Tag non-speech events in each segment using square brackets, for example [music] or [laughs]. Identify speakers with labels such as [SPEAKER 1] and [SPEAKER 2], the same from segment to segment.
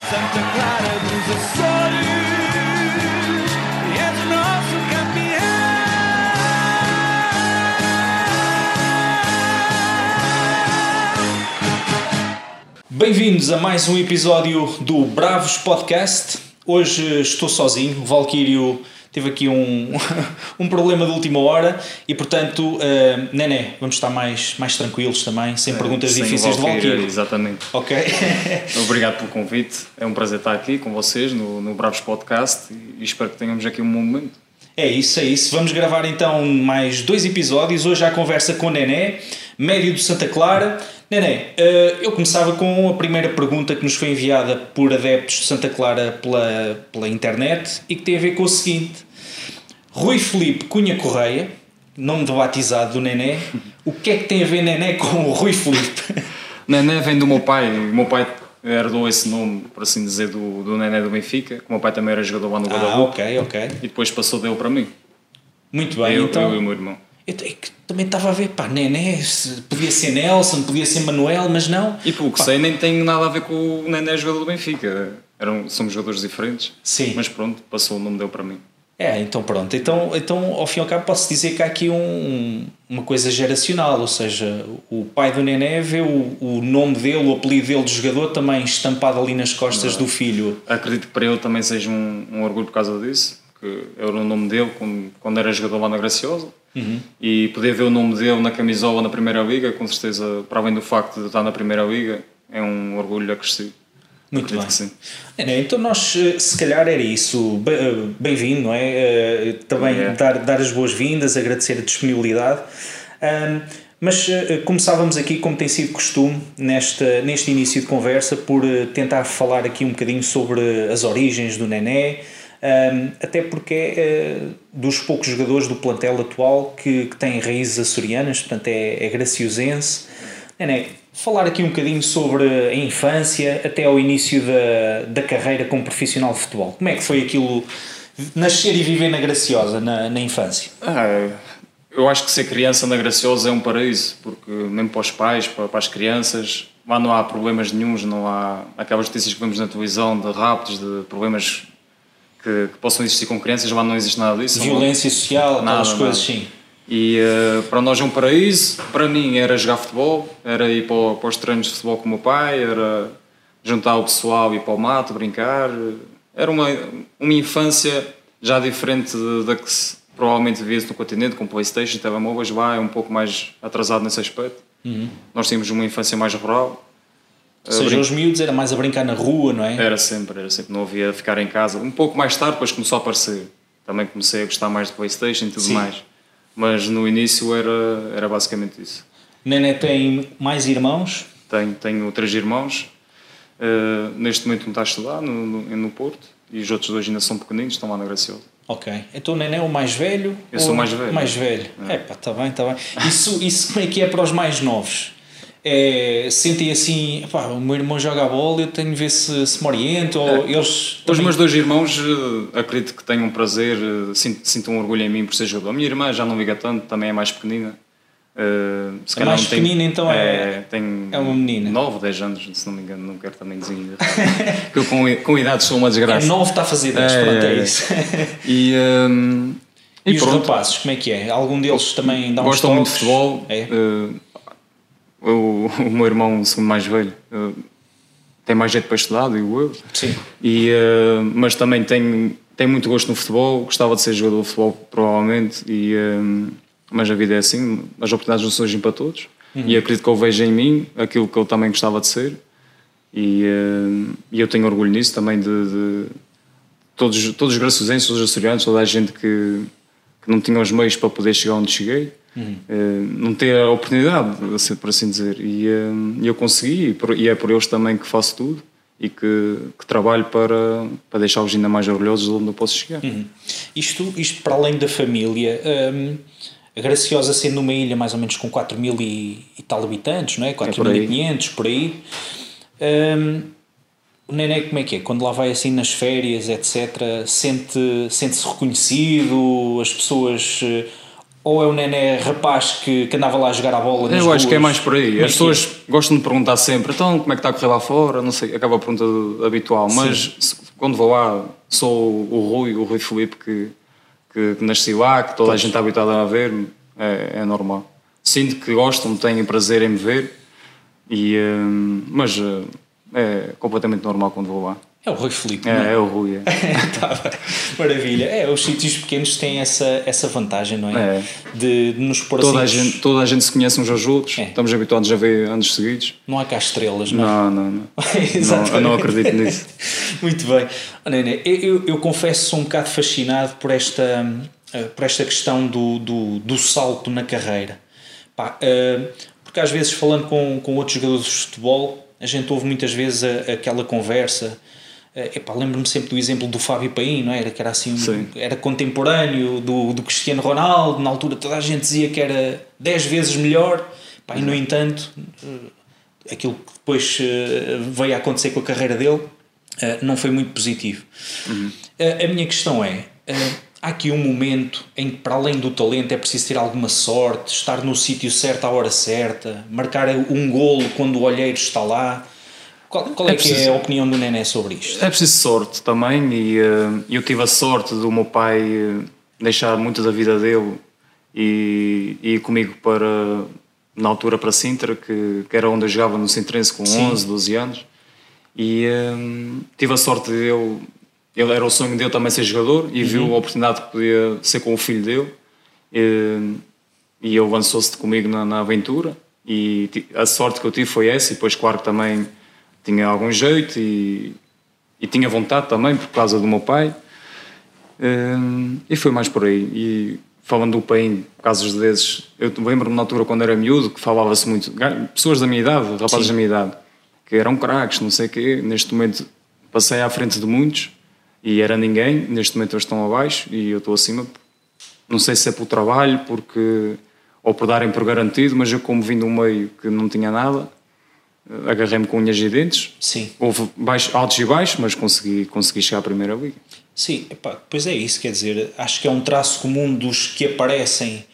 [SPEAKER 1] Santa Clara dos Açores e és o nosso campeão.
[SPEAKER 2] Bem-vindos a mais um episódio do Bravos Podcast. Hoje eh, estou sozinho, o Valquírio teve aqui um, [laughs] um problema de última hora e, portanto, eh, Nené, vamos estar mais, mais tranquilos também, sem perguntas
[SPEAKER 3] Eh, Sem o
[SPEAKER 2] difíceis de
[SPEAKER 3] Valkyrie,
[SPEAKER 2] Valquírio.
[SPEAKER 3] Exatamente.
[SPEAKER 2] Ok? [laughs]
[SPEAKER 3] Obrigado pelo convite. É um prazer estar aqui com vocês no, no Bravos Podcast e espero que tenhamos aqui um bom momento.
[SPEAKER 2] É isso, é isso. Vamos gravar então mais dois episódios. Hoje à conversa com Nené, médio de Santa Clara. Nené, eh, eu começava com a primeira pergunta que nos foi enviada por adeptos de Santa Clara pela, pela internet e que tem a ver com o seguinte: Rui Felipe Cunha Correia, nome de batizado do Nené, o que é que tem a ver Nené com o Rui
[SPEAKER 3] [laughs]
[SPEAKER 2] Felipe?
[SPEAKER 3] Nené vem do meu pai. O meu pai herdou esse nome, por assim dizer, do, do Nené do Benfica. que O meu pai também era jogador lá no
[SPEAKER 2] ah,
[SPEAKER 3] Guadalupe
[SPEAKER 2] ok, ok.
[SPEAKER 3] e depois passou dele para mim.
[SPEAKER 2] Muito bem,
[SPEAKER 3] eu,
[SPEAKER 2] então.
[SPEAKER 3] eu e o meu irmão.
[SPEAKER 2] Eu te- é que também estava a ver, pá, Nené, se- podia ser Nelson, podia ser Manuel, mas não.
[SPEAKER 3] E pelo que sei, nem tem nada a ver com o Nené jogador do Benfica. Eram, somos jogadores diferentes.
[SPEAKER 2] Sim.
[SPEAKER 3] Mas pronto, passou o nome dele para mim.
[SPEAKER 2] É, então pronto. Então, então ao fim e ao cabo, posso dizer que há aqui um- um- uma coisa geracional, ou seja, o pai do Nené vê o, o nome dele, o apelido dele de jogador também estampado ali nas costas
[SPEAKER 3] é?
[SPEAKER 2] do filho.
[SPEAKER 3] Acredito que para ele também seja um, um orgulho por causa disso, que era o nome dele quando, quando era jogador lá na Graciosa.
[SPEAKER 2] Uhum.
[SPEAKER 3] E poder ver o nome dele na camisola na Primeira Liga, com certeza, para além do facto de estar na Primeira Liga, é um orgulho acrescido.
[SPEAKER 2] Muito
[SPEAKER 3] Acredito
[SPEAKER 2] bem.
[SPEAKER 3] que sim.
[SPEAKER 2] Nené, então nós, eh, se calhar, era isso. Be- eh, Bem-vindo, não é? Eh, Também
[SPEAKER 3] É.
[SPEAKER 2] dar, dar as boas-vindas, agradecer a disponibilidade. Ahm, mas eh, começávamos aqui, como tem sido costume, nesta, neste início de conversa, por eh, tentar falar aqui um bocadinho sobre as origens do Nené, ahm, até porque é eh, dos poucos jogadores do plantel atual que, que tem raízes açorianas, portanto é, é graciosense. Nené, falar aqui um bocadinho sobre a infância até ao início da, da carreira como profissional de futebol. Como é que foi aquilo nascer e viver na Graciosa, na, na infância?
[SPEAKER 3] Ah, eu acho que ser criança na Graciosa é um paraíso, porque mesmo para os pais, para, para as crianças, lá não há problemas nenhums, não há aquelas notícias que vemos na televisão de raptos, de problemas que, que possam existir com crianças, lá não existe nada disso.
[SPEAKER 2] Violência social, aquelas
[SPEAKER 3] Nada,
[SPEAKER 2] coisas,
[SPEAKER 3] nada.
[SPEAKER 2] sim.
[SPEAKER 3] E eh, para nós é um paraíso. Para mim era jogar futebol, era ir para, o- para os treinos de futebol com o meu pai, era juntar o pessoal, ir para o mato, brincar. Era uma, uma infância já diferente de- da que se provavelmente vê no continente, com Playstation, telemóveis, lá é um pouco mais atrasado nesse aspecto. Nós tínhamos uma infância mais rural,
[SPEAKER 2] Ou seja, os miúdos era mais a brincar na rua, não é?
[SPEAKER 3] era sempre, era sempre, não havia de ficar em casa. Um pouco mais tarde, depois começou a aparecer. Também comecei a gostar mais de Playstation e tudo
[SPEAKER 2] Sim.
[SPEAKER 3] mais. Mas no início era, era basicamente isso.
[SPEAKER 2] Nené tem mais irmãos.
[SPEAKER 3] Tenho, tenho três irmãos. Eh, neste momento um está a estudar no, no, no Porto e os outros dois ainda são pequeninos, estão lá na Graciosa.
[SPEAKER 2] Ok. Então o Nené é o mais velho?
[SPEAKER 3] Eu sou
[SPEAKER 2] ou-
[SPEAKER 3] o mais velho.
[SPEAKER 2] Mais velho. É pá, está bem, está bem. Isso, isso como é que é para os mais novos? É, sentem assim, pá, o meu irmão joga a bola, eu tenho de ver se, se me oriento, ou eles...
[SPEAKER 3] É. Os
[SPEAKER 2] também-
[SPEAKER 3] meus dois irmãos, eh, acredito que tenham um prazer, eh, sinto, sinto um orgulho em mim por ser jogador. A minha irmã já não liga tanto, também é mais pequenina. Eh, se
[SPEAKER 2] É mais pequenina, então, é-
[SPEAKER 3] tem
[SPEAKER 2] é uma menina.
[SPEAKER 3] 9, 10 anos, se não me engano, não quero também dizer. [laughs] que eu com, i- com idade sou uma
[SPEAKER 2] É
[SPEAKER 3] desgraça.
[SPEAKER 2] novo, está a fazer 10,
[SPEAKER 3] É,
[SPEAKER 2] pronto, é,
[SPEAKER 3] é, é.
[SPEAKER 2] isso.
[SPEAKER 3] E, ehm,
[SPEAKER 2] [laughs] E,
[SPEAKER 3] e
[SPEAKER 2] os
[SPEAKER 3] pronto,
[SPEAKER 2] rapazes, como é que é? Algum deles também dá uns
[SPEAKER 3] gostam muito
[SPEAKER 2] toques?
[SPEAKER 3] de futebol.
[SPEAKER 2] É.
[SPEAKER 3] Eh, o, [laughs] o meu irmão, o segundo mais velho, eh, tem mais jeito para estudar, digo eu.
[SPEAKER 2] Sim.
[SPEAKER 3] E, eh, mas também tem, tem muito gosto no futebol, gostava de ser jogador de futebol, provavelmente, e, eh, mas a vida é assim, as oportunidades não surgem para todos.
[SPEAKER 2] Uhum.
[SPEAKER 3] E acredito que eu vejo em mim aquilo que eu também gostava de ser, e, eh, e eu tenho orgulho nisso também. De, de- todos, todos os graciosenses, todos os açorianos, toda a gente que, que não tinha os meios para poder chegar onde cheguei. eh, não ter a oportunidade, assim, por assim dizer, e eh, eu consegui, e, por- e é por eles também que faço tudo e que, que trabalho para, para deixá-los ainda mais orgulhosos de onde eu posso chegar.
[SPEAKER 2] Isto, isto para além da família, hum, a Graciosa sendo uma ilha mais ou menos com 4 mil e, e tal habitantes, não é?
[SPEAKER 3] por aí.
[SPEAKER 2] 4.500, por aí. Hum, o Nené, como é que é? Quando lá vai assim nas férias, etc., sente- sente-se reconhecido, as pessoas. eh, Ou é o Nené rapaz que, que andava lá a jogar a bola nas
[SPEAKER 3] Eu acho que é
[SPEAKER 2] ruas?
[SPEAKER 3] mais por aí.
[SPEAKER 2] Como é que
[SPEAKER 3] As
[SPEAKER 2] é?
[SPEAKER 3] pessoas gostam de perguntar sempre, então como é que está a correr lá fora? Não sei, acaba a pergunta habitual. Mas se- quando vou lá, sou o Rui, o Rui Filipe que, que, que nasci lá, que toda a gente está habituada a ver, é, é normal. Sinto que gostam, têm prazer em me ver, e, hum, mas hum, é completamente normal quando vou lá.
[SPEAKER 2] É o Rui Filipe. não é?
[SPEAKER 3] É, é o Rui. é.
[SPEAKER 2] [laughs] tá bem. Maravilha. É, os sítios pequenos têm essa, essa vantagem, não é?
[SPEAKER 3] É.
[SPEAKER 2] De, de nos pôr
[SPEAKER 3] Toda, a
[SPEAKER 2] assim.
[SPEAKER 3] gente, toda a gente se conhece uns aos outros,
[SPEAKER 2] É.
[SPEAKER 3] estamos habituados a ver anos seguidos.
[SPEAKER 2] Não há cá estrelas, não é?
[SPEAKER 3] Não, não, não.
[SPEAKER 2] [laughs]
[SPEAKER 3] não, eu
[SPEAKER 2] Exatamente.
[SPEAKER 3] não acredito nisso.
[SPEAKER 2] [laughs] Muito bem. Oh, Nené, eu, eu- eu confesso que sou um bocado fascinado por esta, hum, eh, por esta questão do, do, do salto na carreira. Pá, eh, porque às vezes, falando com, com outros jogadores de futebol, a gente ouve muitas vezes a- aquela conversa. eh, epá, Lembro-me sempre do exemplo do Fábio Paim, não era? Que era assim, um-
[SPEAKER 3] Sim.
[SPEAKER 2] era contemporâneo do, do Cristiano Ronaldo. Na altura, toda a gente dizia que era 10 vezes melhor. Pá,
[SPEAKER 3] Uhum.
[SPEAKER 2] e no entanto, aquilo que depois eh, veio a acontecer com a carreira dele eh, não foi muito positivo.
[SPEAKER 3] Uhum.
[SPEAKER 2] Eh, a minha questão é: eh, há aqui um momento em que, para além do talento, é preciso ter alguma sorte, estar no sítio certo à hora certa, marcar um golo quando o olheiro está lá. Qual, qual é,
[SPEAKER 3] É
[SPEAKER 2] que é
[SPEAKER 3] preciso-
[SPEAKER 2] a opinião do Nené sobre isto?
[SPEAKER 3] É preciso sorte também e eh, eu tive a sorte do meu pai eh, deixar muito da vida dele e, e ir comigo para, na altura para Sintra, que, que era onde eu jogava no Sintrense com 11, 12 anos e eh, tive a sorte de eu, ele era o sonho dele também ser jogador e viu a oportunidade que podia ser com o filho dele eh, e ele lançou-se comigo na, na aventura e ti- a sorte que eu tive foi essa e depois claro que também tinha algum jeito e, e tinha vontade também por causa do meu pai Hum, e foi mais por aí. E falando do PAIN, casos desses, eu te- lembro-me na altura quando era miúdo que falava-se muito, ga- pessoas da minha idade, rapazes da minha idade, que eram craques, não sei o quê. Neste momento passei à frente de muitos e era ninguém. Neste momento eles estão abaixo e eu estou acima. Não sei se é pelo trabalho, porque ou por darem por garantido, mas eu, como vim de um meio que não tinha nada, eh, agarrei-me com unhas e dentes.
[SPEAKER 2] Sim.
[SPEAKER 3] Houve baixo- altos e baixos, mas consegui, consegui chegar à primeira liga.
[SPEAKER 2] Sim, epá, pois é isso, quer dizer, acho que é um traço comum dos que aparecem,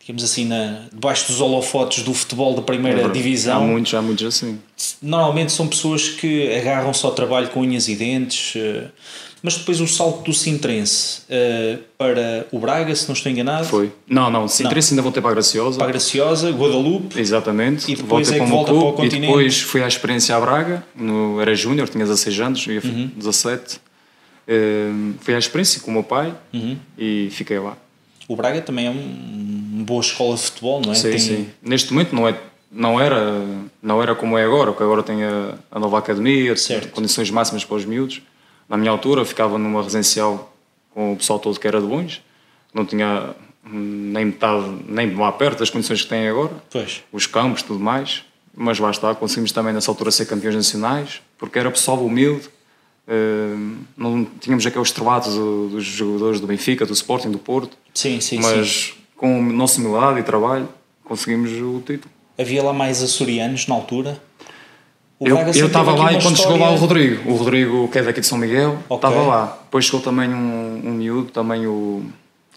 [SPEAKER 2] digamos assim, na, debaixo dos holofotes do futebol da primeira divisão.
[SPEAKER 3] Uhum. Há muitos, há muitos assim.
[SPEAKER 2] normalmente são pessoas que agarram só ao trabalho com unhas e dentes, eh, mas depois o salto do Sintrense eh, para o Braga, se não estou enganado,
[SPEAKER 3] Foi. Não, não, se interessa ainda voltei para a Graciosa.
[SPEAKER 2] para a Graciosa, Guadalupe,
[SPEAKER 3] Exatamente.
[SPEAKER 2] E depois é que
[SPEAKER 3] o meu
[SPEAKER 2] volta para o
[SPEAKER 3] e
[SPEAKER 2] continente.
[SPEAKER 3] depois fui à experiência à Braga, no, era júnior, tinha 16 anos, eu ia
[SPEAKER 2] Uhum.
[SPEAKER 3] 17. Ehm, fui à experiência com o meu pai
[SPEAKER 2] Uhum.
[SPEAKER 3] e fiquei lá.
[SPEAKER 2] o Braga também é um- uma boa escola de futebol, não é?
[SPEAKER 3] Sim,
[SPEAKER 2] Tem-
[SPEAKER 3] sim. Neste momento não, é, não, era, não era como é agora, que agora tem a, a nova academia,
[SPEAKER 2] Certo.
[SPEAKER 3] condições máximas para os miúdos. Na minha altura eu ficava numa residencial com o pessoal todo que era de longe, não tinha hum, nem metade, nem lá perto das condições que tem agora.
[SPEAKER 2] Pois.
[SPEAKER 3] os campos tudo mais, mas lá está, conseguimos também nessa altura ser campeões nacionais, porque era pessoal humilde, eh, não tínhamos aqueles trebatos do- dos jogadores do Benfica, do Sporting, do Porto,
[SPEAKER 2] Sim, sim,
[SPEAKER 3] mas
[SPEAKER 2] sim.
[SPEAKER 3] com o nosso humildade e trabalho conseguimos o título.
[SPEAKER 2] Havia lá mais açorianos na altura. O
[SPEAKER 3] Eu
[SPEAKER 2] Braga
[SPEAKER 3] eu
[SPEAKER 2] sempre
[SPEAKER 3] estava
[SPEAKER 2] teve aqui
[SPEAKER 3] lá e
[SPEAKER 2] uma
[SPEAKER 3] quando chegou lá o
[SPEAKER 2] história-
[SPEAKER 3] Rodrigo, o Rodrigo que é daqui de São Miguel,
[SPEAKER 2] Ok.
[SPEAKER 3] estava lá. Depois chegou também um, um miúdo, também o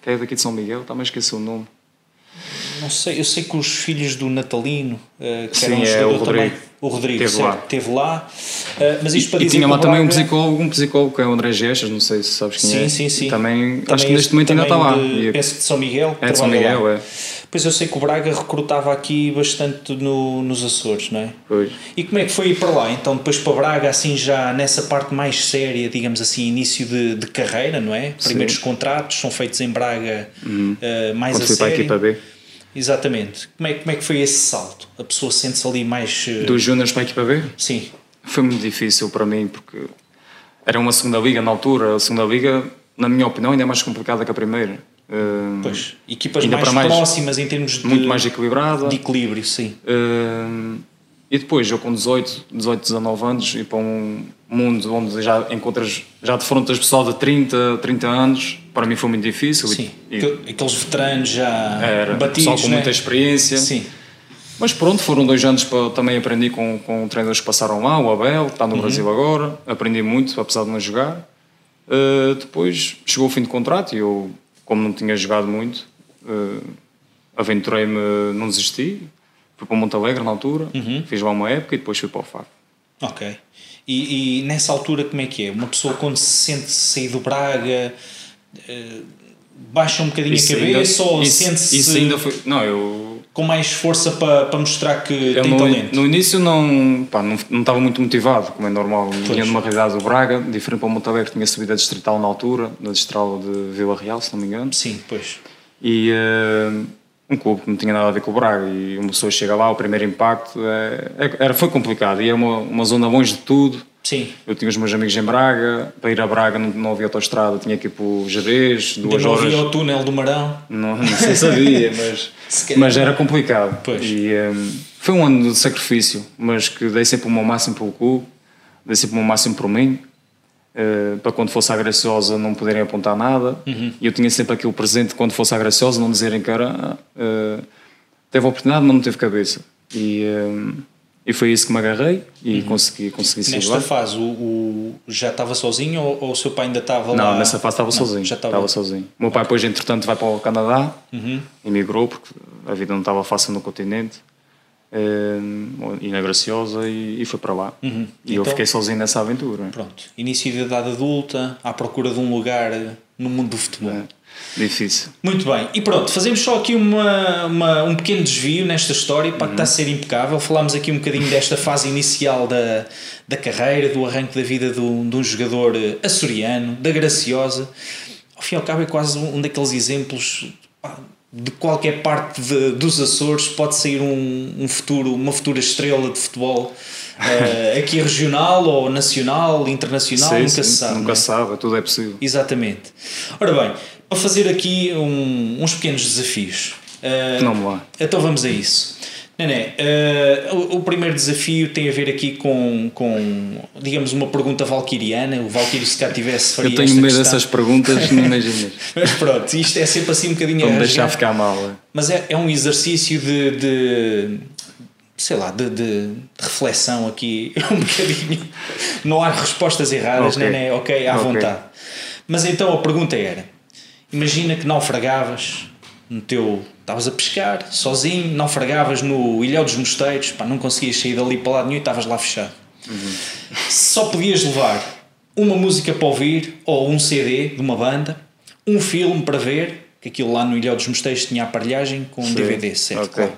[SPEAKER 3] que é daqui de São Miguel, também esqueci o nome.
[SPEAKER 2] Não sei, eu sei que os filhos do Natalino, eh, que
[SPEAKER 3] Sim,
[SPEAKER 2] era um
[SPEAKER 3] é,
[SPEAKER 2] jogador
[SPEAKER 3] o Rodrigo.
[SPEAKER 2] também, o Rodrigo,
[SPEAKER 3] Teve
[SPEAKER 2] certo,
[SPEAKER 3] lá.
[SPEAKER 2] teve lá. Eh, mas isto para
[SPEAKER 3] E
[SPEAKER 2] dizer
[SPEAKER 3] tinha
[SPEAKER 2] que
[SPEAKER 3] lá
[SPEAKER 2] o
[SPEAKER 3] também um
[SPEAKER 2] Braga-
[SPEAKER 3] psicólogo, um psicólogo que é o André Gestas, não sei se sabes quem
[SPEAKER 2] Sim,
[SPEAKER 3] é.
[SPEAKER 2] sim, sim.
[SPEAKER 3] Também, acho
[SPEAKER 2] Também
[SPEAKER 3] que neste momento ainda está lá.
[SPEAKER 2] também de-
[SPEAKER 3] E-
[SPEAKER 2] penso que de São Miguel. que
[SPEAKER 3] É de São
[SPEAKER 2] trabalha
[SPEAKER 3] Miguel,
[SPEAKER 2] lá.
[SPEAKER 3] é.
[SPEAKER 2] Pois eu sei que o Braga recrutava aqui bastante no- nos Açores, não é?
[SPEAKER 3] Pois.
[SPEAKER 2] E como é que foi ir para lá? Então, depois para Braga, assim, já nessa parte mais séria, digamos assim, início de, de carreira, não é? Primeiros contratos são feitos em Braga eh, mais
[SPEAKER 3] Uhum. Quando
[SPEAKER 2] a
[SPEAKER 3] fui para a
[SPEAKER 2] sério.
[SPEAKER 3] equipa B.
[SPEAKER 2] Exatamente. Como é, como é que foi esse salto? A pessoa sente-se ali mais. eh,
[SPEAKER 3] Dos Júniors para a equipa B?
[SPEAKER 2] Sim,
[SPEAKER 3] Foi muito difícil para mim, porque era uma segunda liga na altura. A segunda liga, na minha opinião, ainda é mais complicada que a primeira. Eh,
[SPEAKER 2] pois. Equipas
[SPEAKER 3] Ainda
[SPEAKER 2] mais,
[SPEAKER 3] para mais-
[SPEAKER 2] próximas em termos de,
[SPEAKER 3] Muito mais equilibrada.
[SPEAKER 2] de equilíbrio, sim.
[SPEAKER 3] Hum, e depois, eu com 18, 18, 19 anos, ir para um mundo onde já encontras, já defrontas pessoal de 30, 30 anos, para mim foi muito difícil. e-
[SPEAKER 2] Sim.
[SPEAKER 3] e
[SPEAKER 2] Aquel- Aqueles veteranos já
[SPEAKER 3] era pessoal
[SPEAKER 2] batidos,
[SPEAKER 3] com
[SPEAKER 2] né?
[SPEAKER 3] muita experiência.
[SPEAKER 2] Sim,
[SPEAKER 3] Mas pronto, foram dois anos para também aprendi com, com treinadores que passaram lá, o Abel, que está
[SPEAKER 2] Uhum.
[SPEAKER 3] no Brasil agora, aprendi muito, apesar de não jogar. Eh, Uh, depois chegou o fim do contrato e eu, como não tinha jogado muito, uh, aventurei-me, não desisti. Fui para o Monte Alegre na altura,
[SPEAKER 2] Uhum.
[SPEAKER 3] fiz lá uma época e depois fui para o Faro.
[SPEAKER 2] Ok. E, e nessa altura, como é que é? Uma pessoa quando se sente sair do Braga, eh, baixa um bocadinho a cabeça ou
[SPEAKER 3] isso-
[SPEAKER 2] sente-se
[SPEAKER 3] isso ainda foi. Não, eu.
[SPEAKER 2] com mais força para, para mostrar que
[SPEAKER 3] eu
[SPEAKER 2] tem
[SPEAKER 3] no,
[SPEAKER 2] talento?
[SPEAKER 3] no início não, pá, não, não estava muito motivado, como é normal. Vinha
[SPEAKER 2] Pois.
[SPEAKER 3] numa realidade do Braga, diferente para o Monte Alegre, tinha subido a distrital na altura, da distrital de Vila Real, se não me engano.
[SPEAKER 2] Sim, pois.
[SPEAKER 3] e eh, um clube que não tinha nada a ver com o Braga e uma pessoa chega lá, o primeiro impacto é- é- era, foi complicado e é uma, uma zona longe de tudo
[SPEAKER 2] Sim.
[SPEAKER 3] eu tinha os meus amigos em Braga para ir a Braga não, não havia autoestrada, tinha que ir para o Jerez duas
[SPEAKER 2] não
[SPEAKER 3] horas
[SPEAKER 2] havia o túnel do Marão.
[SPEAKER 3] não, não sei se
[SPEAKER 2] [laughs]
[SPEAKER 3] sabia, mas,
[SPEAKER 2] Se calhar.
[SPEAKER 3] mas era complicado.
[SPEAKER 2] Pois.
[SPEAKER 3] E, hum, foi um ano de sacrifício, mas que dei sempre o meu máximo pelo clube, dei sempre o meu máximo por mim, eh, para quando fosse à Graciosa não poderem apontar nada.
[SPEAKER 2] Uhum.
[SPEAKER 3] E eu tinha sempre aquilo presente quando fosse à Graciosa, não dizerem que era. ah, eh, teve oportunidade, não teve cabeça. E, hum, e foi isso que me agarrei e consegui, consegui sair
[SPEAKER 2] Uhum. Nesta
[SPEAKER 3] lá.
[SPEAKER 2] fase, o, o- já estava sozinho ou, ou o seu pai ainda estava lá?
[SPEAKER 3] Não, nessa fase estava sozinho.
[SPEAKER 2] já estava- Uhum.
[SPEAKER 3] estava sozinho. O meu pai, depois, entretanto, vai para o Canadá, emigrou, porque a vida não estava fácil no continente, eh, e na Graciosa, e, e foi para lá. E eu
[SPEAKER 2] Então-
[SPEAKER 3] fiquei sozinho nessa aventura.
[SPEAKER 2] Pronto. Início de idade adulta, à procura de um lugar no mundo do futebol.
[SPEAKER 3] É, Difícil.
[SPEAKER 2] Muito bem, e pronto, fazemos só aqui uma, uma- um pequeno desvio nesta história para que está a ser impecável. Falámos aqui um bocadinho desta fase inicial da, da carreira, do arranque da vida de um, de um jogador eh, açoriano, da Graciosa. Ao fim e ao cabo, é quase um, um daqueles exemplos pá, de qualquer parte de- dos Açores pode sair um, um futuro, uma futura estrela de futebol
[SPEAKER 3] [laughs]
[SPEAKER 2] eh, aqui regional ou nacional, internacional,
[SPEAKER 3] Sei,
[SPEAKER 2] nunca
[SPEAKER 3] sim,
[SPEAKER 2] se sabe. não
[SPEAKER 3] Nunca
[SPEAKER 2] é?
[SPEAKER 3] se sabe, tudo é possível.
[SPEAKER 2] Exatamente. Ora bem, para fazer aqui um- uns pequenos desafios. Ah,
[SPEAKER 3] Não me lá.
[SPEAKER 2] Então vamos a isso. Nené, ah, o, o primeiro desafio tem a ver aqui com, com digamos, uma pergunta valquiriana. O Valquírio, se cá tivesse, faria
[SPEAKER 3] Eu tenho
[SPEAKER 2] esta
[SPEAKER 3] medo
[SPEAKER 2] questão. [laughs]
[SPEAKER 3] dessas perguntas, não imaginas.
[SPEAKER 2] Mas pronto, isto é sempre assim um bocadinho
[SPEAKER 3] Para me
[SPEAKER 2] arranjar.
[SPEAKER 3] deixar ficar mal. é.
[SPEAKER 2] Mas é, é um exercício de, de- sei lá, de, de- de reflexão aqui, [laughs] um bocadinho. Não há respostas erradas,
[SPEAKER 3] Ok.
[SPEAKER 2] nem, nem ok, à
[SPEAKER 3] Ok.
[SPEAKER 2] vontade. Mas então a pergunta era: imagina que naufragavas no teu. Estavas a pescar sozinho, naufragavas no Ilhéu dos Mosteiros, pá, não conseguias sair dali para lado nenhum e estavas lá fechado. Só podias levar uma música para ouvir ou um CD de uma banda, um filme para ver, que aquilo lá no Ilhéu dos Mosteiros tinha aparelhagem com um DVD, certo?
[SPEAKER 3] ok.
[SPEAKER 2] Claro.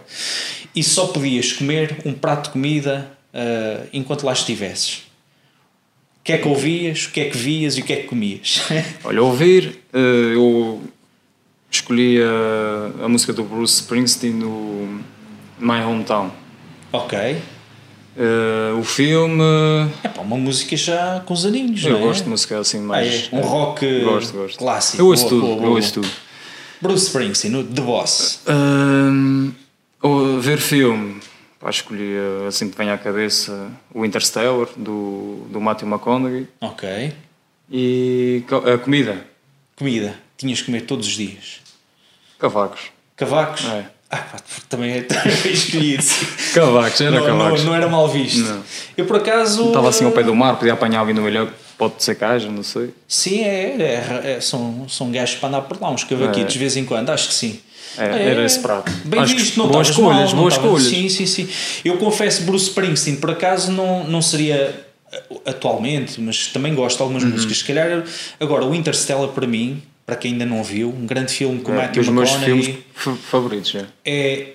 [SPEAKER 2] E só podias comer um prato de comida ah, enquanto lá estivesses. O que é que ouvias, o que é que vias e o que é que comias? [laughs]
[SPEAKER 3] Olha, ouvir, eh, eu escolhi a, a música do Bruce Springsteen no My Hometown.
[SPEAKER 2] ok.
[SPEAKER 3] Eh, o filme.
[SPEAKER 2] É pá, uma música já com os aninhos,
[SPEAKER 3] Eu
[SPEAKER 2] não é?
[SPEAKER 3] gosto de música assim
[SPEAKER 2] Ah,
[SPEAKER 3] mais.
[SPEAKER 2] é? Um rock eh,
[SPEAKER 3] Gosto, gosto.
[SPEAKER 2] clássico.
[SPEAKER 3] Eu
[SPEAKER 2] Boa,
[SPEAKER 3] ouço tudo,
[SPEAKER 2] boa,
[SPEAKER 3] eu
[SPEAKER 2] boa,
[SPEAKER 3] ouço
[SPEAKER 2] boa.
[SPEAKER 3] tudo.
[SPEAKER 2] Bruce Springsteen, o The Boss.
[SPEAKER 3] Hum, ou ver filme. Pá, escolhi eh, assim que vem à cabeça o Interstellar do, do Matthew McConaughey
[SPEAKER 2] Ok.
[SPEAKER 3] e co- a comida,
[SPEAKER 2] Comida, tinhas que comer todos os dias.
[SPEAKER 3] cavacos.
[SPEAKER 2] Cavacos?
[SPEAKER 3] É.
[SPEAKER 2] Ah, pá, também é [laughs] também foi escolhido.
[SPEAKER 3] Cavacos, era
[SPEAKER 2] não, não,
[SPEAKER 3] cavacos.
[SPEAKER 2] não era mal visto.
[SPEAKER 3] Não.
[SPEAKER 2] Eu por acaso.
[SPEAKER 3] Estava assim ao pé do mar, podia apanhar ali no olho, pode ser caja, não sei.
[SPEAKER 2] Sim, é, é, é, são, são gajos para andar por lá, uns cavaquitos de
[SPEAKER 3] É.
[SPEAKER 2] vez em quando, acho que sim.
[SPEAKER 3] É, era esse prato.
[SPEAKER 2] Bem
[SPEAKER 3] Acho que
[SPEAKER 2] visto, não
[SPEAKER 3] boas
[SPEAKER 2] estavas mal,
[SPEAKER 3] escolhas,
[SPEAKER 2] não
[SPEAKER 3] boas
[SPEAKER 2] estavas-
[SPEAKER 3] escolhas.
[SPEAKER 2] Sim, sim, sim. Eu confesso, Bruce Springsteen, por acaso, não, não seria uh, atualmente, mas também gosto de
[SPEAKER 3] Uhum.
[SPEAKER 2] algumas músicas. Se calhar, agora, o Interstellar para mim, para quem ainda não viu, um grande filme com
[SPEAKER 3] É,
[SPEAKER 2] Matthew
[SPEAKER 3] dos meus filmes
[SPEAKER 2] McConaughey,
[SPEAKER 3] fa- favoritos, é.
[SPEAKER 2] é,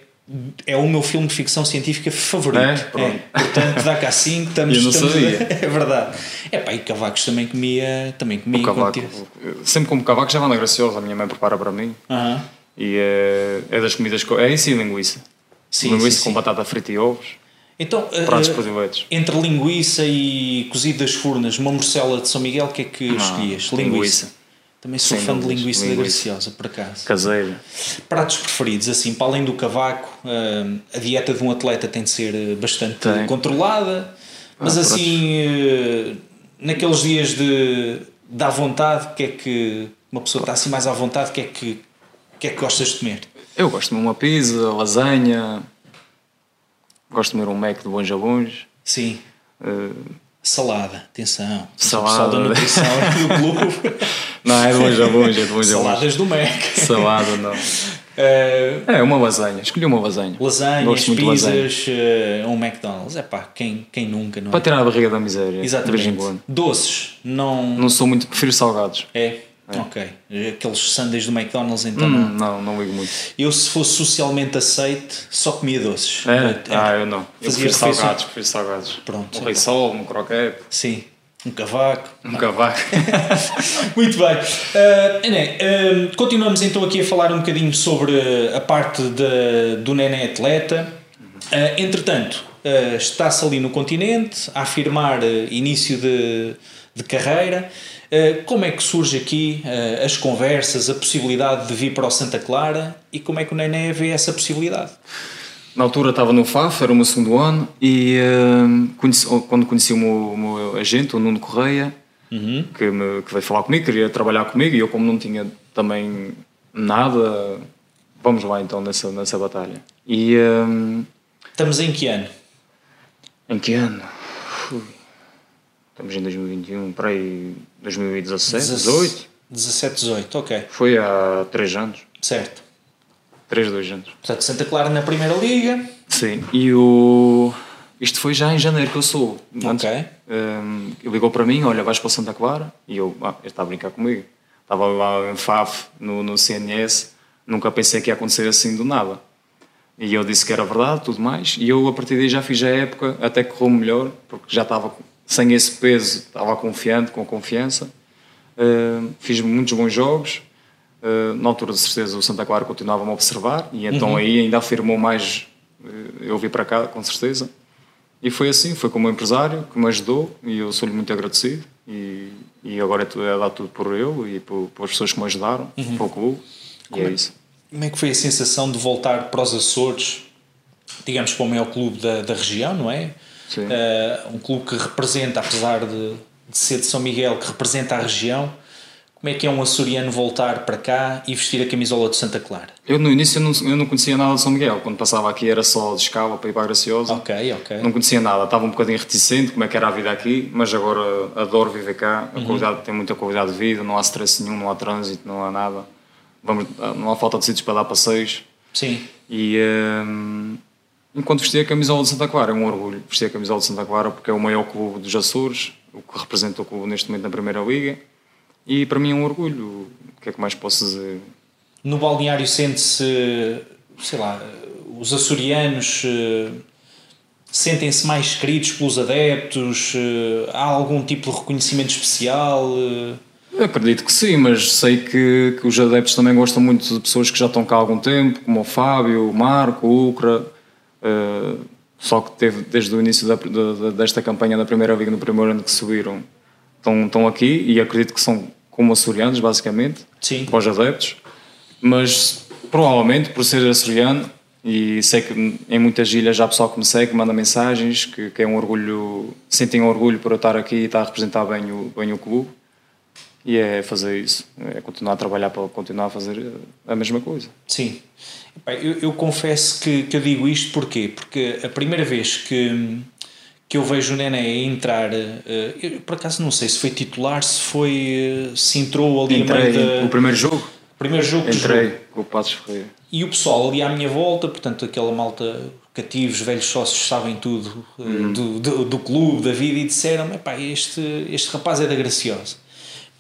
[SPEAKER 2] é o meu filme de ficção científica favorito.
[SPEAKER 3] É? Pronto.
[SPEAKER 2] É. Portanto, dá cá
[SPEAKER 3] [laughs]
[SPEAKER 2] 5, estamos.
[SPEAKER 3] Eu não
[SPEAKER 2] estamos-
[SPEAKER 3] sabia.
[SPEAKER 2] [laughs] É verdade. É pá, e Cavacos também comia. Também comia
[SPEAKER 3] O
[SPEAKER 2] enquanto
[SPEAKER 3] cavaco.
[SPEAKER 2] tive-
[SPEAKER 3] Sempre como cavaco já vai na graciosa, a minha mãe prepara para mim.
[SPEAKER 2] Aham.
[SPEAKER 3] E é, é das comidas. co- É em si linguiça.
[SPEAKER 2] Sim,
[SPEAKER 3] linguiça
[SPEAKER 2] sim,
[SPEAKER 3] com
[SPEAKER 2] sim.
[SPEAKER 3] batata frita e ovos.
[SPEAKER 2] Então, eh,
[SPEAKER 3] Pratos
[SPEAKER 2] eh,
[SPEAKER 3] prediletos.
[SPEAKER 2] entre linguiça e cozido das furnas, uma morcela de São Miguel, o que é que escolhias? Linguiça.
[SPEAKER 3] linguiça.
[SPEAKER 2] Também sou
[SPEAKER 3] Sim,
[SPEAKER 2] fã de
[SPEAKER 3] linguiça,
[SPEAKER 2] linguiça, da
[SPEAKER 3] linguiça.
[SPEAKER 2] Graciosa, por acaso.
[SPEAKER 3] Caseira.
[SPEAKER 2] Pratos preferidos, assim, para além do cavaco, eh, a dieta de um atleta tem de ser eh, bastante
[SPEAKER 3] Tem. Ah,
[SPEAKER 2] controlada, mas
[SPEAKER 3] pratos.
[SPEAKER 2] assim, eh, naqueles dias de, de à vontade, o que é que uma pessoa está assim mais à vontade, o que é que, o que, é que gostas de comer?
[SPEAKER 3] Eu gosto de uma pizza, lasanha. Gosto de comer um Mac de longe a longe. Eh,
[SPEAKER 2] Sim. Salada, atenção.
[SPEAKER 3] Salada.
[SPEAKER 2] O pessoal da nutrição do clube.
[SPEAKER 3] [laughs] Não, é de longe a longe, é de longe a longe.
[SPEAKER 2] Saladas do Mac.
[SPEAKER 3] Salada, não.
[SPEAKER 2] Eh,
[SPEAKER 3] É, uma lasanha. Escolhi uma lasanha.
[SPEAKER 2] lasanhas,
[SPEAKER 3] Gosto muito de lasanha.
[SPEAKER 2] pizzas, eh, um McDonald's. É pá, quem, quem nunca, não é?
[SPEAKER 3] Para tirar a barriga da miséria. De vez em
[SPEAKER 2] Exatamente.
[SPEAKER 3] quando.
[SPEAKER 2] Doces, não.
[SPEAKER 3] Não sou muito, prefiro salgados.
[SPEAKER 2] É? Ok. Aqueles sundaes do McDonald's, então.
[SPEAKER 3] Hum,
[SPEAKER 2] não.
[SPEAKER 3] não, não ligo muito.
[SPEAKER 2] Eu, se fosse socialmente aceite, só comia doces.
[SPEAKER 3] É? Ah, eu não. Eu
[SPEAKER 2] Fazia
[SPEAKER 3] prefiro
[SPEAKER 2] refeição.
[SPEAKER 3] salgados, prefiro salgados.
[SPEAKER 2] Pronto.
[SPEAKER 3] Um rei sol, um croquete,
[SPEAKER 2] Sim. Um cavaco. [laughs]
[SPEAKER 3] um cavaco.
[SPEAKER 2] Muito bem. Ah, Ené, ah, continuamos então aqui a falar um bocadinho sobre a parte da- do Nené Atleta. Ah, entretanto, ah, está-se ali no continente a afirmar ah, início de, de carreira. Ah, como é que surge aqui ah, as conversas, a possibilidade de vir para o Santa Clara e como é que o Nené vê essa possibilidade?
[SPEAKER 3] Na altura estava no FAF, era o meu segundo ano, e hum, conheci- quando conheci o meu, o meu agente, o Nuno Correia, que, me- que veio falar comigo, queria trabalhar comigo, e eu, como não tinha também nada, vamos lá então nessa, nessa batalha. E hum,
[SPEAKER 2] Estamos em que ano?
[SPEAKER 3] em que ano? Ui, Estamos em 2021, para um, aí 2017, 18?
[SPEAKER 2] 17, 18, ok.
[SPEAKER 3] Foi há 3 anos,
[SPEAKER 2] Certo.
[SPEAKER 3] 3, 2 anos.
[SPEAKER 2] Portanto, Santa Clara na Primeira Liga.
[SPEAKER 3] Sim, e o. Isto foi já em janeiro que eu sou. Antes,
[SPEAKER 2] Ok.
[SPEAKER 3] hum, ele ligou para mim: olha, vais para Santa Clara? E eu, ah, ele está a brincar comigo. Estava lá em FAF, no, no CNS, nunca pensei que ia acontecer assim do nada. E eu disse que era verdade, tudo mais. E eu, a partir daí, já fiz a época, até que correu melhor, porque já estava com- sem esse peso, estava confiante, com confiança. Uh, fiz muitos bons jogos. Uh, na altura, de certeza, o Santa Clara continuava-me a observar, e então aí ainda afirmou mais. uh, eu vi para cá, com certeza. E foi assim, foi como empresário que me ajudou, e eu sou-lhe muito agradecido. E, e agora é, tu- é dar tudo por eu e por, pelas pessoas que me ajudaram, pelo clube. E é isso.
[SPEAKER 2] Como é que foi a sensação de voltar para os Açores, digamos para o maior clube da, da região, não é?
[SPEAKER 3] Sim.
[SPEAKER 2] Eh, um clube que representa, apesar de, de ser de São Miguel, que representa a região. Como é que é um açoriano voltar para cá e vestir a camisola de Santa Clara?
[SPEAKER 3] Eu no início eu não, eu não conhecia nada de São Miguel. Quando passava aqui era só de escala para ir para a Graciosa.
[SPEAKER 2] Ok, ok.
[SPEAKER 3] Não conhecia nada, estava um bocadinho reticente como é que era a vida aqui, mas agora adoro viver cá. A qualidade, tem muita qualidade de vida, não há stress nenhum, não há trânsito, não há nada. Vamos, ah, não há falta de sítios para dar passeios.
[SPEAKER 2] Sim,
[SPEAKER 3] E hum, enquanto vestia a camisola de Santa Clara, é um orgulho vestir a camisola de Santa Clara porque é o maior clube dos Açores, o que representa o clube neste momento na Primeira Liga. E para mim é um orgulho. O que é que mais posso dizer?
[SPEAKER 2] no balneário sente-se, sei lá, os açorianos eh, sentem-se mais queridos pelos adeptos? eh, Há algum tipo de reconhecimento especial? eh?
[SPEAKER 3] Eu acredito que sim, mas sei que, que os adeptos também gostam muito de pessoas que já estão cá há algum tempo, como o Fábio, o Marco, o Ucra. eh, só que teve, desde o início da- da- da- desta campanha da Primeira Liga, no primeiro ano que subiram, estão, estão aqui e acredito que são como açorianos, basicamente,
[SPEAKER 2] Sim.
[SPEAKER 3] para os adeptos. Mas provavelmente, por ser açoriano, e sei que em muitas ilhas já há pessoal que me segue, que manda mensagens, que, que é um orgulho, sentem orgulho por eu estar aqui e estar a representar bem o, bem o clube. E é fazer isso, é continuar a trabalhar para continuar a fazer eh, a mesma coisa.
[SPEAKER 2] Sim. Epá, Eu, eu confesso que, que eu digo isto porquê? porque a primeira vez que, que eu vejo o Nené entrar, eh, eu por acaso não sei se foi titular, se foi eh, se entrou ali a meio
[SPEAKER 3] Entrei
[SPEAKER 2] da-
[SPEAKER 3] o primeiro jogo,
[SPEAKER 2] primeiro jogo que jogou.
[SPEAKER 3] entrei com o Passos Ferreira.
[SPEAKER 2] E o pessoal ali à minha volta, portanto, aquela malta cativos, velhos sócios, sabem tudo eh, do, do, do clube, da vida, e disseram: pá, este, este rapaz é da Graciosa.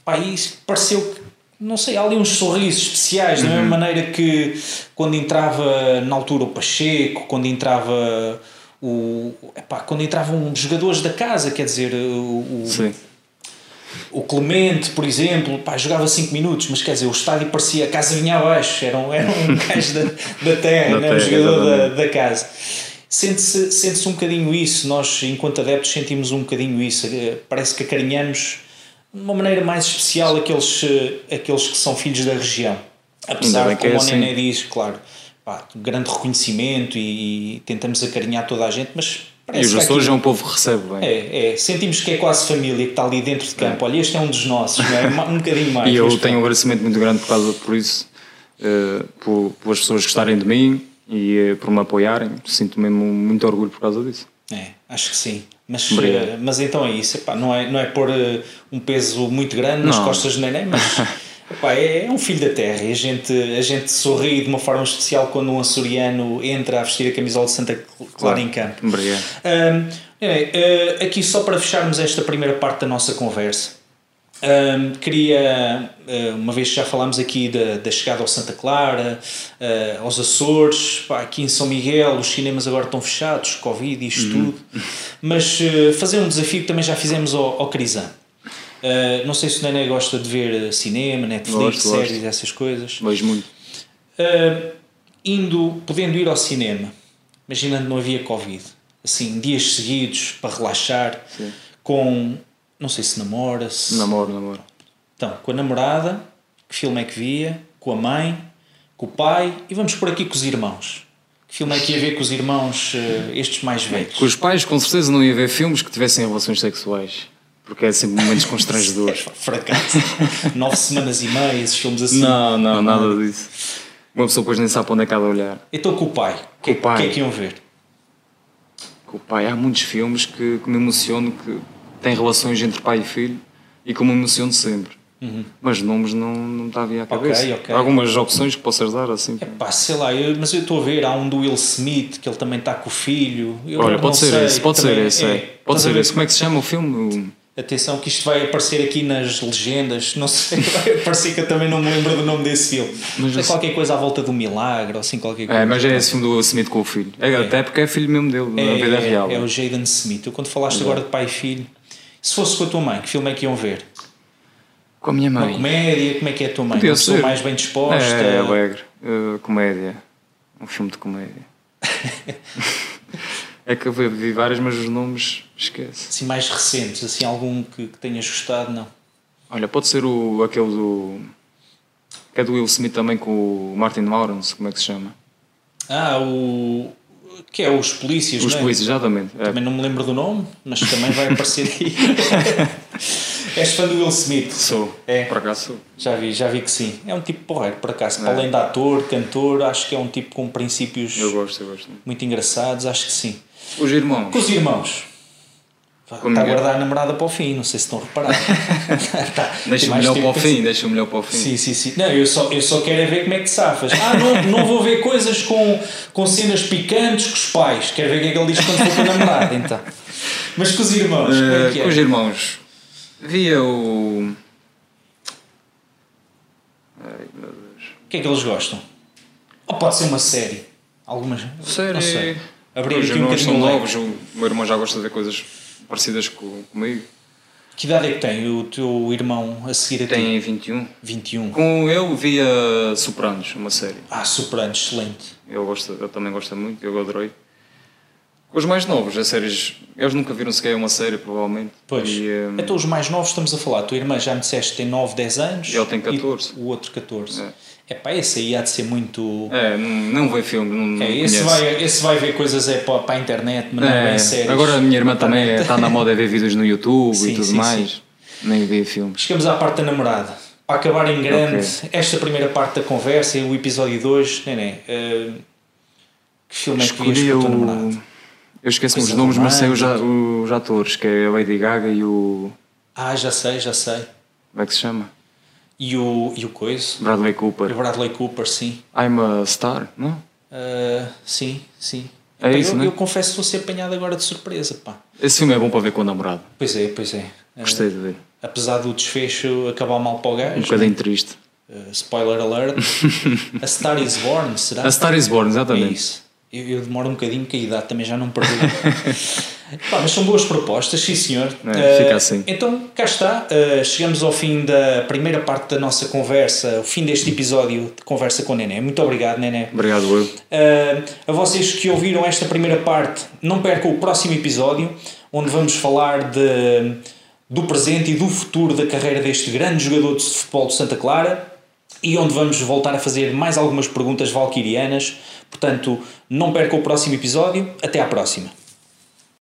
[SPEAKER 2] Pá, e isso pareceu que, não sei, há ali uns sorrisos especiais, da mesma maneira que quando entrava na altura o Pacheco, quando entrava o. Epá, quando entravam os jogadores da casa, quer dizer, o, o-
[SPEAKER 3] Sim.
[SPEAKER 2] o Clemente, por exemplo, pá, jogava 5 minutos, mas quer dizer, o estádio parecia a casa vinha abaixo, era um, era
[SPEAKER 3] [laughs]
[SPEAKER 2] um gajo da, da terra,
[SPEAKER 3] Da
[SPEAKER 2] né? um
[SPEAKER 3] terra,
[SPEAKER 2] jogador da,
[SPEAKER 3] exatamente.
[SPEAKER 2] da casa. Sente-se sente um bocadinho isso, nós, enquanto adeptos, sentimos um bocadinho isso. eh, Parece que acarinhamos de uma maneira mais especial aqueles, eh, aqueles que são filhos da região. Apesar de,
[SPEAKER 3] bem que é
[SPEAKER 2] como o
[SPEAKER 3] assim.
[SPEAKER 2] Nené diz, claro, pá, grande reconhecimento e, e tentamos acarinhar toda a gente, mas
[SPEAKER 3] E
[SPEAKER 2] parece
[SPEAKER 3] os
[SPEAKER 2] que há aqui
[SPEAKER 3] Açores é um povo que recebe bem.
[SPEAKER 2] é, é, sentimos que é quase família que está ali dentro de campo. Olha, este é um dos nossos, não é? Ma- Um [laughs] bocadinho mais.
[SPEAKER 3] E
[SPEAKER 2] mas
[SPEAKER 3] eu
[SPEAKER 2] pronto.
[SPEAKER 3] tenho um agradecimento muito grande por causa por isso, eh, por, pelas pessoas gostarem de mim e eh, por me apoiarem. Sinto mesmo muito orgulho por causa disso.
[SPEAKER 2] É, acho que sim. Mas,
[SPEAKER 3] Obrigado.
[SPEAKER 2] eh, mas então é isso. Epá, não, é, não é pôr eh, um peso muito grande nas
[SPEAKER 3] Não. [laughs]
[SPEAKER 2] costas de neném, mas Epá, é, é um filho da terra. E A gente, a gente sorri de uma forma especial quando um açoriano entra a vestir a camisola de Santa Clara em campo. é?
[SPEAKER 3] Obrigado.
[SPEAKER 2] Ahm, Neném, ah, aqui só para fecharmos esta primeira parte da nossa conversa. ahm, queria, ah, uma vez que já falámos aqui da, da chegada ao Santa Clara, ah, aos Açores, pá, aqui em São Miguel, os cinemas agora estão fechados, Covid e isto
[SPEAKER 3] Uhum.
[SPEAKER 2] tudo, mas ah, fazer um desafio que também já fizemos ao, ao Crisan. Ah, não sei se o Nenê gosta de ver ah, cinema, Netflix,
[SPEAKER 3] Gosto,
[SPEAKER 2] séries,
[SPEAKER 3] gosto.
[SPEAKER 2] essas coisas.
[SPEAKER 3] Vejo muito.
[SPEAKER 2] Uh, indo, podendo ir ao cinema, imaginando não havia Covid, assim, dias seguidos para relaxar, com, não sei se namora, se...
[SPEAKER 3] Namoro, namoro.
[SPEAKER 2] Então, com a namorada, que filme é que via, com a mãe, com o pai, e vamos por aqui com os irmãos. Que filme é que ia ver com os irmãos, uh, estes mais velhos?
[SPEAKER 3] Com os pais, com certeza, não ia ver filmes que tivessem relações sexuais. Porque é sempre [laughs]
[SPEAKER 2] [laughs]
[SPEAKER 3] momentos
[SPEAKER 2] É,
[SPEAKER 3] constrangedores. [laughs]
[SPEAKER 2] fracasso. Nove semanas e meia, esses filmes assim.
[SPEAKER 3] Não, não, é nada disso. Uma pessoa depois nem sabe para onde é que há de olhar.
[SPEAKER 2] Então, com o pai, o que,
[SPEAKER 3] Com o pai.
[SPEAKER 2] que é que iam ver?
[SPEAKER 3] Com o pai, há muitos filmes que, que me emociono, que têm relações entre pai e filho e que eu me emociono sempre. Mas nomes não, não me está a vir à cabeça.
[SPEAKER 2] Uhum. ok.
[SPEAKER 3] Há algumas opções que possas dar assim.
[SPEAKER 2] Pá, sei lá, eu- mas eu estou a ver, há um do Will Smith que ele também está com o filho. Eu
[SPEAKER 3] Olha,
[SPEAKER 2] não
[SPEAKER 3] pode ser
[SPEAKER 2] sei,
[SPEAKER 3] esse, pode ser
[SPEAKER 2] também
[SPEAKER 3] esse, é. Pode
[SPEAKER 2] Estás a
[SPEAKER 3] ser
[SPEAKER 2] ver?
[SPEAKER 3] esse. Como é que se chama o filme?
[SPEAKER 2] Atenção, que isto vai aparecer aqui nas legendas. Não sei, [laughs] vai aparecer que eu também não me lembro do nome desse filme.
[SPEAKER 3] Mas
[SPEAKER 2] é
[SPEAKER 3] eu-
[SPEAKER 2] qualquer coisa à volta do milagre ou assim, qualquer coisa.
[SPEAKER 3] É, mas é esse filme do Smith com o filho. É, Até porque é filho mesmo dele, na vida
[SPEAKER 2] é,
[SPEAKER 3] real.
[SPEAKER 2] é o Jaden Smith. Eu, quando falaste agora de pai e filho, se fosse com a tua mãe, que filme é que iam ver?
[SPEAKER 3] Com a minha
[SPEAKER 2] Uma
[SPEAKER 3] mãe.
[SPEAKER 2] comédia? Como é que é a tua mãe?
[SPEAKER 3] Podia
[SPEAKER 2] Uma pessoa
[SPEAKER 3] ser.
[SPEAKER 2] mais bem disposta?
[SPEAKER 3] É, é alegre. Uh, comédia. Um filme
[SPEAKER 2] [laughs]
[SPEAKER 3] de comédia. [laughs] é que eu vi- vi várias, mas os nomes esquece.
[SPEAKER 2] assim, mais recentes, assim, algum que, que tenhas gostado? Não.
[SPEAKER 3] Olha, pode ser o, aquele do. que é do Will Smith também com o Martin Lawrence, como é que se chama?
[SPEAKER 2] Ah, o. que é os polícias,
[SPEAKER 3] Os
[SPEAKER 2] não é?
[SPEAKER 3] polícias, exatamente. É,
[SPEAKER 2] Também não me lembro do nome, mas também vai aparecer
[SPEAKER 3] [laughs]
[SPEAKER 2] aí. És fã do Will Smith?
[SPEAKER 3] sou.
[SPEAKER 2] É.
[SPEAKER 3] Por acaso sou.
[SPEAKER 2] Já vi, já vi que sim. É um tipo porreiro, por acaso. Para além de ator, cantor, acho que é um tipo com princípios
[SPEAKER 3] É. Eu gosto, eu gosto.
[SPEAKER 2] muito engraçados, acho que sim.
[SPEAKER 3] Os irmãos.
[SPEAKER 2] Com os irmãos.
[SPEAKER 3] Com
[SPEAKER 2] está a
[SPEAKER 3] Miguel.
[SPEAKER 2] guardar a namorada para o fim, não sei se estão a
[SPEAKER 3] [laughs]
[SPEAKER 2] reparar. Tá, tem
[SPEAKER 3] Deixa-me
[SPEAKER 2] mais
[SPEAKER 3] melhor
[SPEAKER 2] tempo
[SPEAKER 3] para o
[SPEAKER 2] para
[SPEAKER 3] fim, deixa-me melhor para o fim.
[SPEAKER 2] Sim, sim, sim. Não, eu só, eu só quero é ver como é que te safas. Ah, não, não vou ver coisas com, com cenas picantes com os pais. Quero ver o que é que ele diz quando for com a
[SPEAKER 3] [laughs]
[SPEAKER 2] namorada, então. Mas com os irmãos, como é
[SPEAKER 3] Eh,
[SPEAKER 2] que
[SPEAKER 3] com os
[SPEAKER 2] é?
[SPEAKER 3] irmãos. Via o. Ai, meu Deus.
[SPEAKER 2] O que é que eles gostam? Ou pode ser uma série? Algumas.
[SPEAKER 3] Série.
[SPEAKER 2] Não sei. Abrir
[SPEAKER 3] os
[SPEAKER 2] aqui um
[SPEAKER 3] irmãos são
[SPEAKER 2] bocadinho o leque.
[SPEAKER 3] novos, o meu irmão já gosta de ver coisas parecidas com, comigo.
[SPEAKER 2] Que idade é que tem o teu irmão a seguir a ti?
[SPEAKER 3] Tem 21.
[SPEAKER 2] 21.
[SPEAKER 3] Com ele via Sopranos, uma série.
[SPEAKER 2] Ah, superano, excelente.
[SPEAKER 3] Eu, gosto, eu também gosto muito, eu adorei. Com os mais novos, as séries. Eles nunca viram sequer uma série, provavelmente.
[SPEAKER 2] Pois.
[SPEAKER 3] E, eh,
[SPEAKER 2] Então, os mais novos estamos a falar. A tua irmã já me disseste que tem 9, 10 anos.
[SPEAKER 3] Ele tem
[SPEAKER 2] e
[SPEAKER 3] 14.
[SPEAKER 2] o outro 14. É pá, esse aí há de ser muito.
[SPEAKER 3] é, não, não vê filme, não, não
[SPEAKER 2] É, esse
[SPEAKER 3] conhece.
[SPEAKER 2] vai, esse vai ver coisas é para, para a internet, mas não é
[SPEAKER 3] É,
[SPEAKER 2] séries.
[SPEAKER 3] agora a minha irmã também é. está na moda a ver vídeos no YouTube
[SPEAKER 2] Sim,
[SPEAKER 3] e tudo
[SPEAKER 2] sim,
[SPEAKER 3] mais. Nem vê filmes.
[SPEAKER 2] Chegamos à parte da namorada. Para acabar em grande esta primeira parte da conversa e o episódio 2, neném, eh, que filme é que vias
[SPEAKER 3] Escolhi
[SPEAKER 2] com a tua
[SPEAKER 3] o.
[SPEAKER 2] namorada?
[SPEAKER 3] Eu esqueço-me os
[SPEAKER 2] Coisa
[SPEAKER 3] nomes, mas sei os,
[SPEAKER 2] romântica.
[SPEAKER 3] a- os atores, que é a Lady Gaga e o.
[SPEAKER 2] Ah, já sei, já sei.
[SPEAKER 3] Como é que se chama?
[SPEAKER 2] E o, e o Coiso?
[SPEAKER 3] Bradley
[SPEAKER 2] E o
[SPEAKER 3] Cooper.
[SPEAKER 2] Bradley Cooper, sim.
[SPEAKER 3] I'm a Star, não?
[SPEAKER 2] Eh, sim, sim.
[SPEAKER 3] É
[SPEAKER 2] Epá,
[SPEAKER 3] isso,
[SPEAKER 2] eu,
[SPEAKER 3] né?
[SPEAKER 2] eu confesso que vou ser apanhado agora de surpresa, pá.
[SPEAKER 3] Esse filme é bom para ver com o namorado.
[SPEAKER 2] Pois é, pois é. Eh,
[SPEAKER 3] Gostei de ver.
[SPEAKER 2] apesar do desfecho acabar mal para o gajo,
[SPEAKER 3] Um bocadinho triste.
[SPEAKER 2] eh, spoiler
[SPEAKER 3] [laughs]
[SPEAKER 2] alert, A Star is Born, será?
[SPEAKER 3] A Star is Born,
[SPEAKER 2] É
[SPEAKER 3] exatamente.
[SPEAKER 2] isso. Eu, eu demoro um bocadinho, que a idade também já não
[SPEAKER 3] [laughs]
[SPEAKER 2] perdi. Pá, mas são boas propostas, sim senhor.
[SPEAKER 3] É,
[SPEAKER 2] Eh,
[SPEAKER 3] fica assim.
[SPEAKER 2] Então, cá está. eh, chegamos ao fim da primeira parte da nossa conversa, o fim deste episódio de Conversa com o Nené. Muito obrigado, Nené.
[SPEAKER 3] Obrigado, eu.
[SPEAKER 2] Eh, a vocês que ouviram esta primeira parte, não percam o próximo episódio, onde vamos falar de, do presente e do futuro da carreira deste grande jogador de futebol de Santa Clara e onde vamos voltar a fazer mais algumas perguntas valquirianas. Portanto, não percam o próximo episódio. Até à próxima.